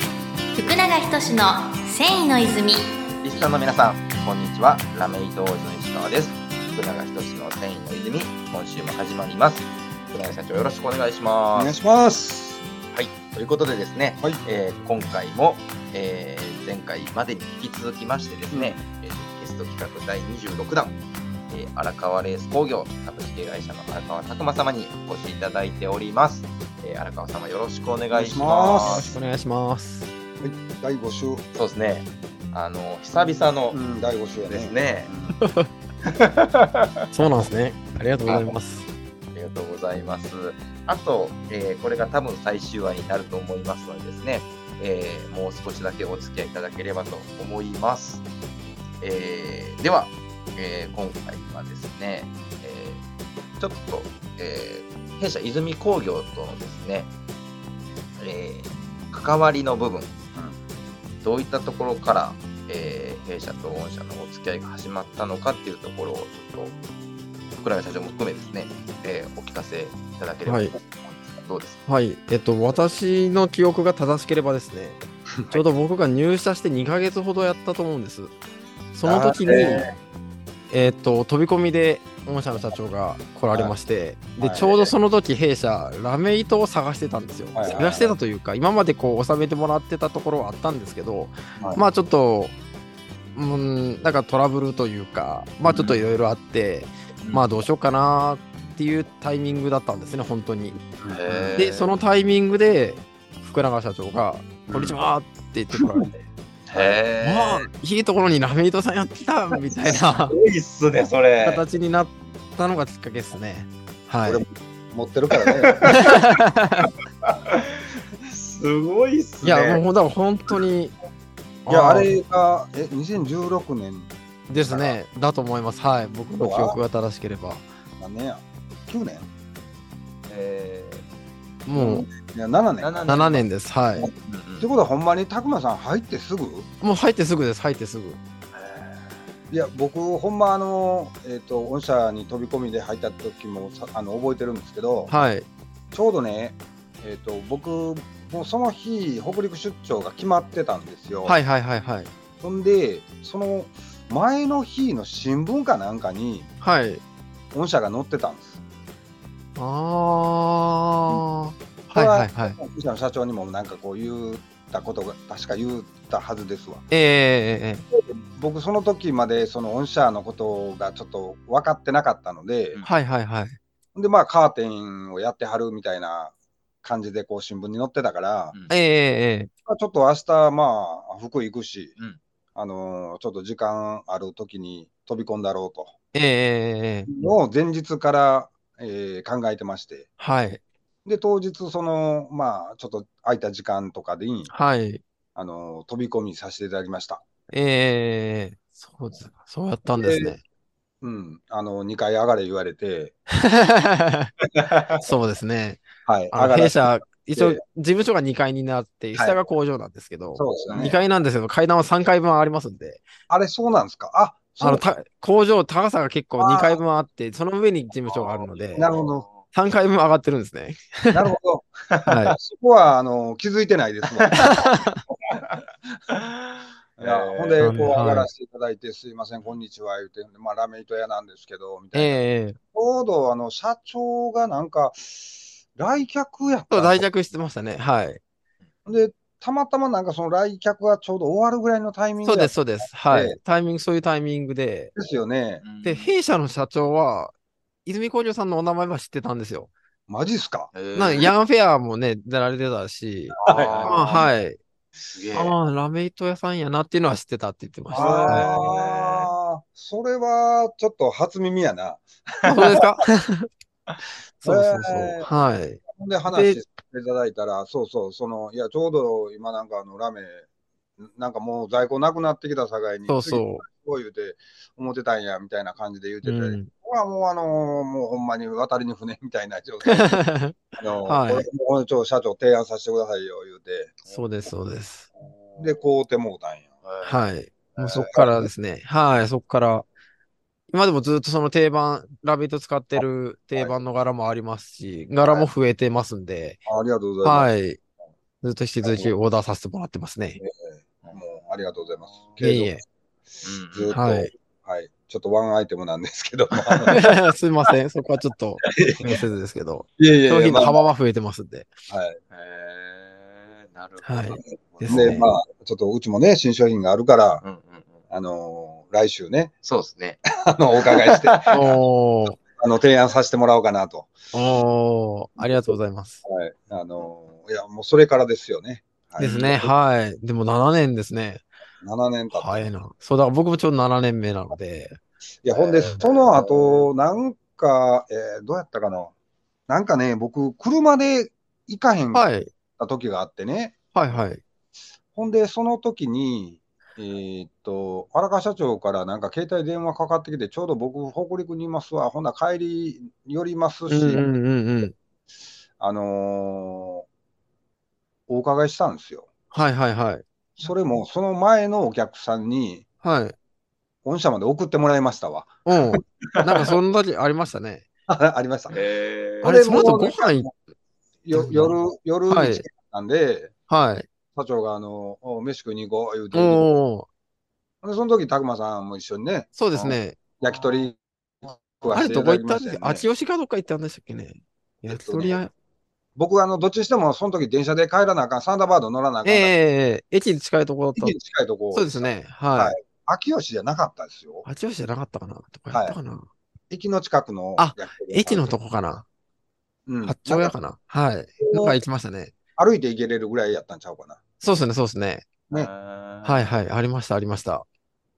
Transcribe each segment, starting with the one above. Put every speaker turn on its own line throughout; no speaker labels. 福永仁の繊維の泉
リスナーの皆さん、こんにちは。ラメイト王子の石川です。福永仁の繊維の泉、今週も始まります。福永社長、よろしくお願いし
お
ま
願
す。
いします。
はい、ということでですね、
はい
えー今回も、えー前回までに引き続きましてですね、えーゲスト企画第26弾、えー荒川レース工業株式会社の荒川拓馬様にお越しいただいております。えー荒川様、よろしくお願いしま。
お願いします
お願いします。
第5週、
そうですね、あの久々の
うん、第5週やね。
ですね、
そうなんですね。ありがとうございます。
ありがとうございます。あと、えーこれが多分最終話になると思いますのでですね、えーもう少しだけお付き合いいただければと思います。えーでは、えー今回はですね、えーちょっと、えー弊社泉工業とのですね、えー関わりの部分、どういったところから、えー弊社と御社のお付き合いが始まったのかっていうところをちょっと福永社長も含めですね、えーお聞かせいただければと思うんですが、どうですか
はい。えっと、私の記憶が正しければですね、ちょうど僕が入社して2ヶ月ほどやったと思うんです。その時に、
あー
えっと、飛び込みで、御社の社長が来られまして、
はい
で、
はい
ちょうどその時、弊社、ラメ糸を探してたんですよ。
はいはいはい
探してたというか、今までこう、収めてもらってたところはあったんですけど、
はい
まあ、ちょっと、うん、なんかトラブルというか、まあ、ちょっといろいろあって、まあどうしようかなっていうタイミングだったんですね、本当に。
えー
で、そのタイミングで、福永社長が、こんにちはって言ってこら れて、
へー
まあ、いいところにラメイトさんやってたみたい な
ごいっすね、それ
形になったのがきっかけですね。はい
こ。れ持ってるからね。
すごいっす
いや、もうだから本当に、
いや、
あー
あれが、え、2016年
ですね、だと思います。はい、僕の記憶が正しければ。
何年や ?9 年
え
もう
いや、7
ー
年。
7
7年です。はい。
ってことは、ほんまに、たくまさん入ってすぐ
もう入ってすぐです、入ってすぐ。
いや、僕、ほんま、あの、えっ、と、御社に飛び込みで入った時もさあの覚えてるんですけど、
はい。
ちょうどね、えっ、と、僕、もうその日、北陸出張が決まってたんですよ。
はいはいはいはい。
ほんで、その前の日の新聞かなんかに、
はい。
御社が載ってたんです。
ああ。
こ
は
れ
い
は
はいはい。
うちの社長にもなんかこう言ったことが確か言ったはずですわ
ええ
僕その時までその御社のことがちょっと分かってなかったので
う、ん
はいはいはい。
でまあカーテンをやってはるみたいな感じでこう新聞に載ってたから、
ええ
え
ええ
まあちょっと明日まあ服行くし、
うん
あのーちょっと時間ある時に飛び込んだろうと、
ええええ
のを前日から、えー考えてまして
はい
で当日そのまあちょっと空いた時間とかでに、
はい。
あのー飛び込みさせていただきました。
ええええそうです。そうやったんですね。
うん、あの2回上がれ言われて、
そうですね。
はい、
あ
上
の
が
弊
ら
社、一応
ええ
事務所が2階になって、
はい
下が工場なんですけど、
そうですよ
2
ね。
階なんですけど、階段は3階分ありますんで、
あれ、そうなんですかあ
あ
そう
のた工場、高さが結構
あー
2階分あって、その上に事務所があるので、
なるほど。
3階分上がってるんですね。
なるほど。
は
そこはあの気づいてないです もん。いやほんで、こう
はい
上がらせていただいて、すいません、こんにちは、言うて、まあ、ラーメン糸屋なんですけど、み
い。
た
え
い
え
な。
ええ
ちょうどあの社長がなんか、来客やっ
そ
た
う、
んで
来
すよ
客してましたね。はい。
ほんで、たまたまなんかその来客がちょうど終わるぐらいのタイミング
そう
や
で
っ
す、そうです。は
え
い。タイミング、そういうタイミングで、
たんですよね。
で、弊社の社長は、泉工業さんのお名前は知ってたんですよ。
マジっすか
なんかヤンフェアもね、出られてたし、
はい
あ
あー
はい。
すげえ
ああ、ラメイト屋さんやなっていうのは知ってたって言ってました。は
ああ、それはちょっと初耳やな。
いあそうです かそうそうそう。
えー
はい。
ほんで話していただいたら、そうそう、その、いや、ちょうど今なんかあの、ラメ、なんかもう在庫なくなってきた境に、
そう
次
そ
こう言うて、思ってたんや、みたいな感じで言うて
う。
て、
う
こ
ん、
こはもうあのーもうほんまに渡りに船みたいな状態 あのー、
はい
これこれちょ、社長提案させてくださいよ、言うて、
そうです、そうです。
で、こうてもうたんや。
はい。もうそっからですね。はい、そっから。今でもずっとその定番、ラビット使ってる定番の柄もありますし、柄も増えてますんで、
ありがとうございます。
はい。ずっと引き続きオーダーさせてもらってますね。
もうありがとうございます。
いえいえ。
ずっと、
は
はいい、ちょっとワンアイテムなんですけども。
すいません。そこはちょっと気にせずですけど、
いやい
商品
ま
の
あ
幅は増えてますん で。
はい。
へーなる
はい
ほど。
ですね
で、まあ、ちょっとうちもね、新商品があるから、
うんうんうん。
あのー来週ね、
そうですね。
あの、お伺い して、あ
おー、
の、提案させてもらおうかなと。
おー、ありがとうございます。
はい。あのーいや、もうそれからですよね。はい
ですね。はい。でも7年ですね。
7年経って。
早いな。そうだ、僕もちょうど7年目なので。
いや、ほんで、その後、なんか、えーどうやったかな。なんかね、僕、車で行かへんかっ
はい。
た時があってね。
はいはい。
ほんで、その時に、えーっと、荒川社長からなんか携帯電話かかってきて、ちょうど僕、北陸にいますわ、ほんなら帰り寄ります
う
し、
んうんうんうん。
あのーお伺いしたんですよ。
はいはいはい。
それも、その前のお客さんに、
はい。
御社まで送ってもらいましたわ。
うん。なんかそんな時ありましたね。
あありました。
へー
あ
あ
れ、
れ
その後
もう
ご飯行っ
よ夜、夜に
はい
チケットなんで、
はい。
社長が、あのーお飯食いに行こう言うて、で
おー、
その時、拓磨さんも一緒にね、
そうですね。
焼き鳥食わ
あ
せ
れ、
てい
ど
た
こ
だきま
行ったん
した
です
よ
かあ、
ね
千代かどっか行ったんでしたっけね。焼き鳥屋。
僕あのどっちにしてもその時電車で帰らなあかんサンダーバード乗らなあかん、
ええ、駅に近いところだ
駅
っ
に近いとこ
た。そうですね。は。
はい秋吉じゃなかったですよ
八千代市じゃなかったかなとかやったかな
駅の近くの
あ
焼き鳥屋さん
駅のとこかな
うん
八丁屋
なんか
かなはい。なんか行きましたね。
歩いて行けれるぐらいやったんちゃうかな
そうですね、そうですね。
ね
はいはい。ありました、ありました。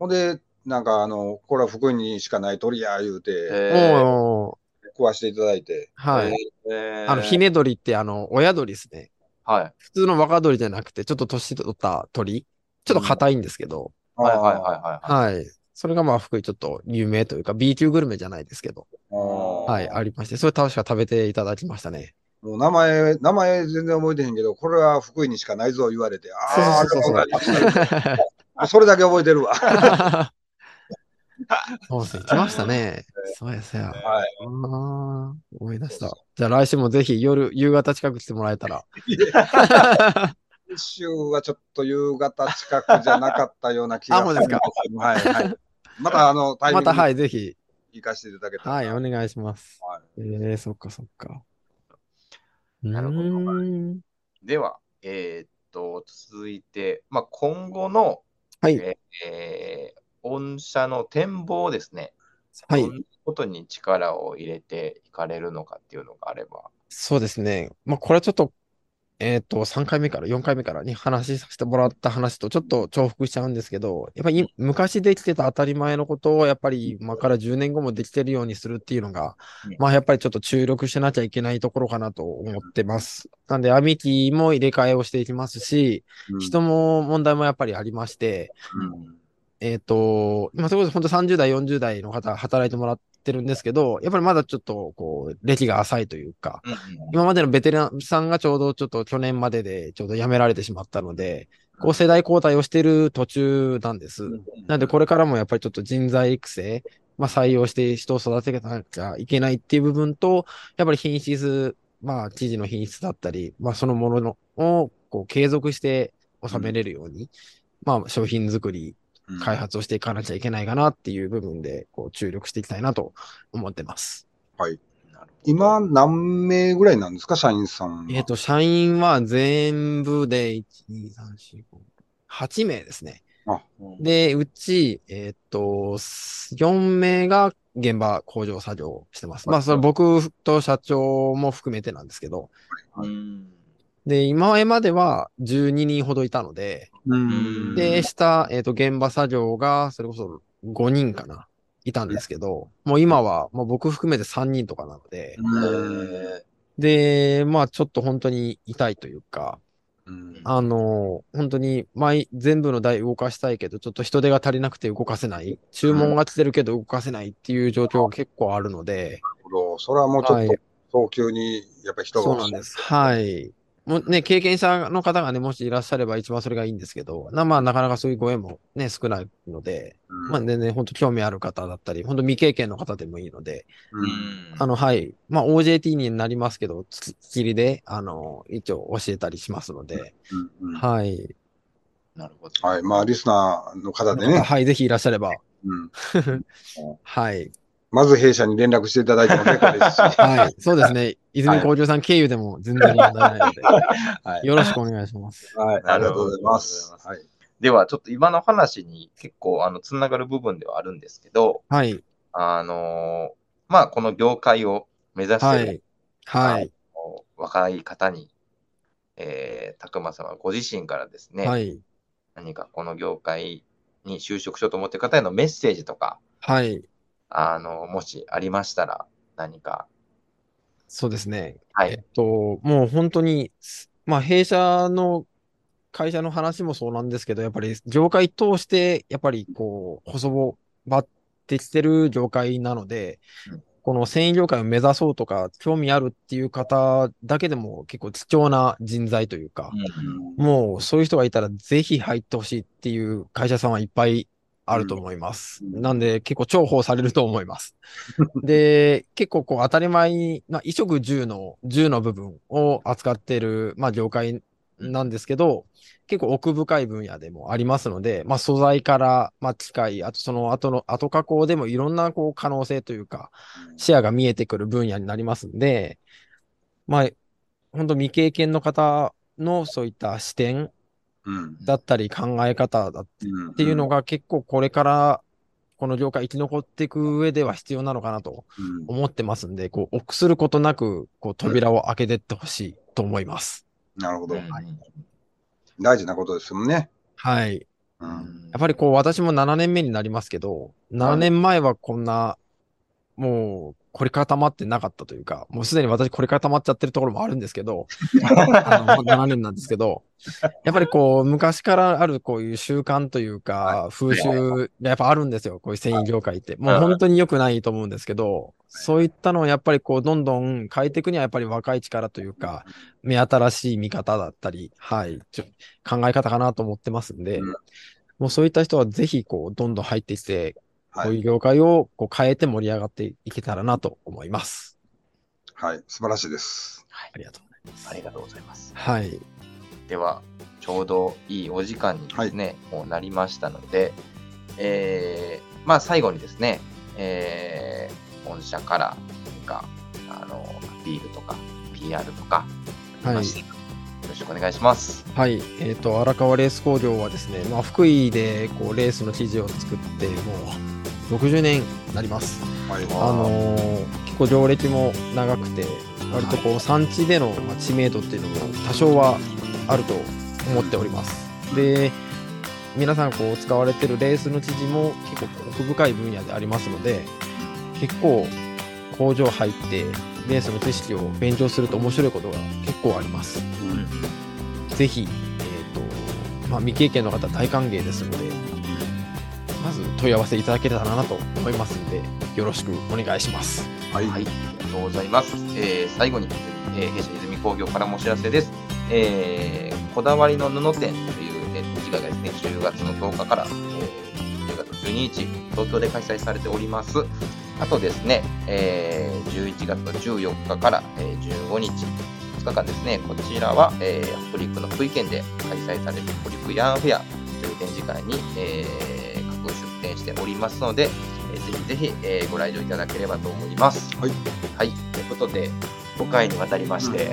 ほんでなんかあのこれは福井にしかない鳥や言うて
お
へ
ー。
食わしていただいて
はい。
ー
あの、ひね鳥って、あの、親鳥ですね。
はい。
普通の若鳥じゃなくて、ちょっと年取った鳥。ちょっと硬いんですけど。
はいはい
い
はいはい。
はい。それがまあ、福井ちょっと有名というか、B 級グルメじゃないですけど。はい、ありまして、それ確か食べていただきましたね。
もう名前名前全然覚えてへんけどこれは福井にしかないぞ言われてああ
そうそうそうそう
ありがとうございますあそれだけ覚えてるわは
そうですね、来ましたね。そうですよ。
い
あー思い出した。じゃあ来週もぜひ夜、夕方近く来てもらえたら。
今週はちょっと夕方近くじゃなかったような気が
あ、もうですか。
はいはい。またあのタイミ
ま
ン
た
グ
はい、ぜひ。
行かせていただけたら。
はい、お願いします。
はい
えー、そっかそっか。
なるほど
うーん
では、えーっと、続いて、まあ、今後の、
はい
えーえー御社の展望ですね。
はい
どんなことに力を入れていかれるのかっていうのがあれば。
そうですね。まあ、これはちょっと、えっと、3回目から4回目からに話させてもらった話とちょっと重複しちゃうんですけど、やっぱり昔できてた当たり前のことを、やっぱり今から10年後もできてるようにするっていうのが
うん、
まあ、やっぱりちょっと注力しなきゃいけないところかなと思ってます。なんで、アミキも入れ替えをしていきますし、人も問題もやっぱりありまして、えっ、と、今それこそ本当30代、40代の方働いてもらってるんですけど、やっぱりまだちょっとこう、歴が浅いというか、
うんうん
今までのベテランさんがちょうどちょっと去年まででちょうど辞められてしまったので、こう世代交代をしている途中なんです。なんでこれからもやっぱりちょっと人材育成、まあ採用して人を育てなきゃいけないっていう部分と、やっぱり品質、まあ知事の品質だったり、まあそのもののをこう継続して収めれるように、まあ商品作り、開発をしていかなきゃいけないかなっていう部分でこう注力していきたいなと思ってます。
なるほど
今、何名ぐらいなんですか、社員さんは。
えっ、と、社員は全部で、1、2、3、4、5、8名ですね。
うん
で、うち、えっ、と、4名が現場工場作業をしてます。まあ、それ僕と社長も含めてなんですけど、
うん
で、今までは12人ほどいたので、
うん
で、下、えっ、と、現場作業が、それこそ5人かな、いたんですけど、もう今は、もう僕含めて3人とかなので、
うん
で、まあ、ちょっと本当に痛いというか、
うん
あの、本当に毎、全部の台動かしたいけど、ちょっと人手が足りなくて動かせない。注文が来てるけど動かせないっていう状況が結構あるので、
なるほどそれはもうちょ
は
っ
い
と早急にやっぱり人が
そう
欲
な
し
ん
い
です。はい。もうね、経験者の方がね、もしいらっしゃれば一番それがいいんですけど、なまあ、なかなかそういうご縁もね、少ないので、まあ、全然本当興味ある方だったり、本当未経験の方でもいいので、あの、はい。まあ、OJT になりますけど、つきっきりで、あの、一応教えたりしますので、
うんうん
はい。
なるほど。
はい。まあ、リスナーの方でね、
はい、ぜひいらっしゃれば、
うん、
はい。
まず弊社に連絡していただいても結構ですし、
はい。そうですね。泉工場さん経由でも全然問題ないので、
はい
よろしくお願いします。
はい、ありがとうございます。はい、
では、ちょっと今の話に結構、あの、つながる部分ではあるんですけど、
はい。
あのーまあ、この業界を目指し
は
てる
い。はい。
若い方に、えー、たくま様ご自身からですね、
はい。
何かこの業界に就職しようと思ってる方へのメッセージとか、
はい。
あの、もしありましたら、何か。
そうですね。
は
えっ
い。
と、もう本当に、まあ、弊社の会社の話もそうなんですけど、やっぱり業界通して、やっぱりこう、細々ってきてる業界なので
うん、
この繊維業界を目指そうとか、興味あるっていう方だけでも結構貴重な人材というか、もうそういう人がいたらぜひ入ってほしいっていう会社さんはいっぱいあると思います。
うんうん
なんで結構重宝されると思 います。で、結構こう当たり前に、まあ、衣食住の、住の部分を扱っている、まあ、業界なんですけど、結構奥深い分野でもありますので、まあ、素材から、まあ、機械、あとその後の、後加工でもいろんなこう可能性というか、視野が見えてくる分野になりますんで、まあ、本当未経験の方のそういった視点
うん
だったり考え方だっ
うん
ていうのが結構これからこの業界生き残っていく上では必要なのかなと
うん
思ってますんで、こう、臆することなく、こう、扉を開けてってほしいと思います。
なるほ
う
ど、
ん
大事なことですもんね。
はい。
う
うん
ん
やっぱりこう、私も7年目になりますけど、7年前はこんな、もう、凝り固まってなかったというか、もうすでに私凝り固まっちゃってるところもあるんですけど、あ の、もう7年なんですけど、やっぱりこう、昔からあるこういう習慣というか、風習がやっぱあるんですよ。こういう繊維業界って。もう本当に良くないと思うんですけど、そういったのをやっぱりこう、どんどん変えていくにはやっぱり若い力というか、目新しい見方だったり、はい、ちょ考え方かなと思ってますんで、
うん
もうそういった人はぜひこう、どんどん入ってきて、
はい
こういう業界をこう変えて盛り上がっていけたらなと思います。
はい、素晴らしいです。
ありがとうございます。
ありがとうございます。
はい。
では、ちょうどいいお時間にですね、もうなりましたので、えー、まあ、最後にですね、えー、御社から、何か、あの、アピールとか、PR とか、
はい
ましてよろしくお願いします。
はい、えっ、と、荒川レース工業はですね、まあ、福井でこうレースの記事を作って、もう60年になります。
はい、
あ
あのー結構上歴も長くて、割とこう産地でのまあ知名度っていうのも多少はあると思っております。で、皆さんこう使われてるレースの知事も結構奥深い分野でありますので、結構工場入ってレースの知識を勉強すると面白いことが結構あります。ぜひ、えーとまあ、未経験の方大歓迎ですので、まず問い合わせいただけたらなと思いますので、よろしくお願いします。
はい、
はい、ありがとうございます。えー最後に、えー弊社泉工業からもお知らせです。えーこだわりの布店という、えー、次回がですね、10月の10日から、えー10月12日、東京で開催されております。あとですね、えー11月の14日から、えー15日、2日間ですね、こちらは、えー北陸の福井県で開催される北陸ヤーンフェアという展示会に、えー各出展しておりますので、えーぜひぜひ、えーご来場いただければと思います。
はい。
はい。ということで、5回にわたりまして、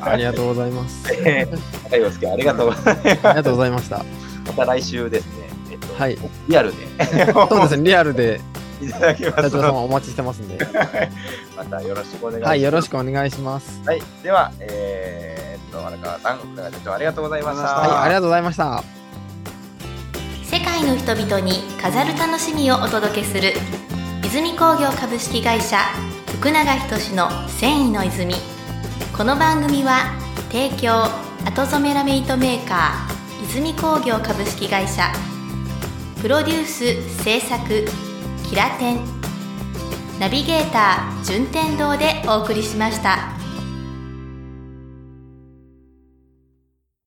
ありがとうございます。
えー高陽介、ありがとうございます。
ありがとうございました。
また来週ですね、えっと、
はい、
リアルで
そうですね、リアルで
いただきます
社長
の
様お待ちしてますんで、
で、またよろしくお願いします。
はい、よろしくお願いします。
はい、では、えー、っと、荒川さん、福永社長、ありがとうございました。
はい、
が
ありがとうございました。
世界の人々に飾る楽しみをお届けする泉工業株式会社福永仁の繊維の泉この番組は提供後染めラメイトメーカー泉工業株式会社プロデュース制作キラテンナビゲーター順天堂でお送りしました。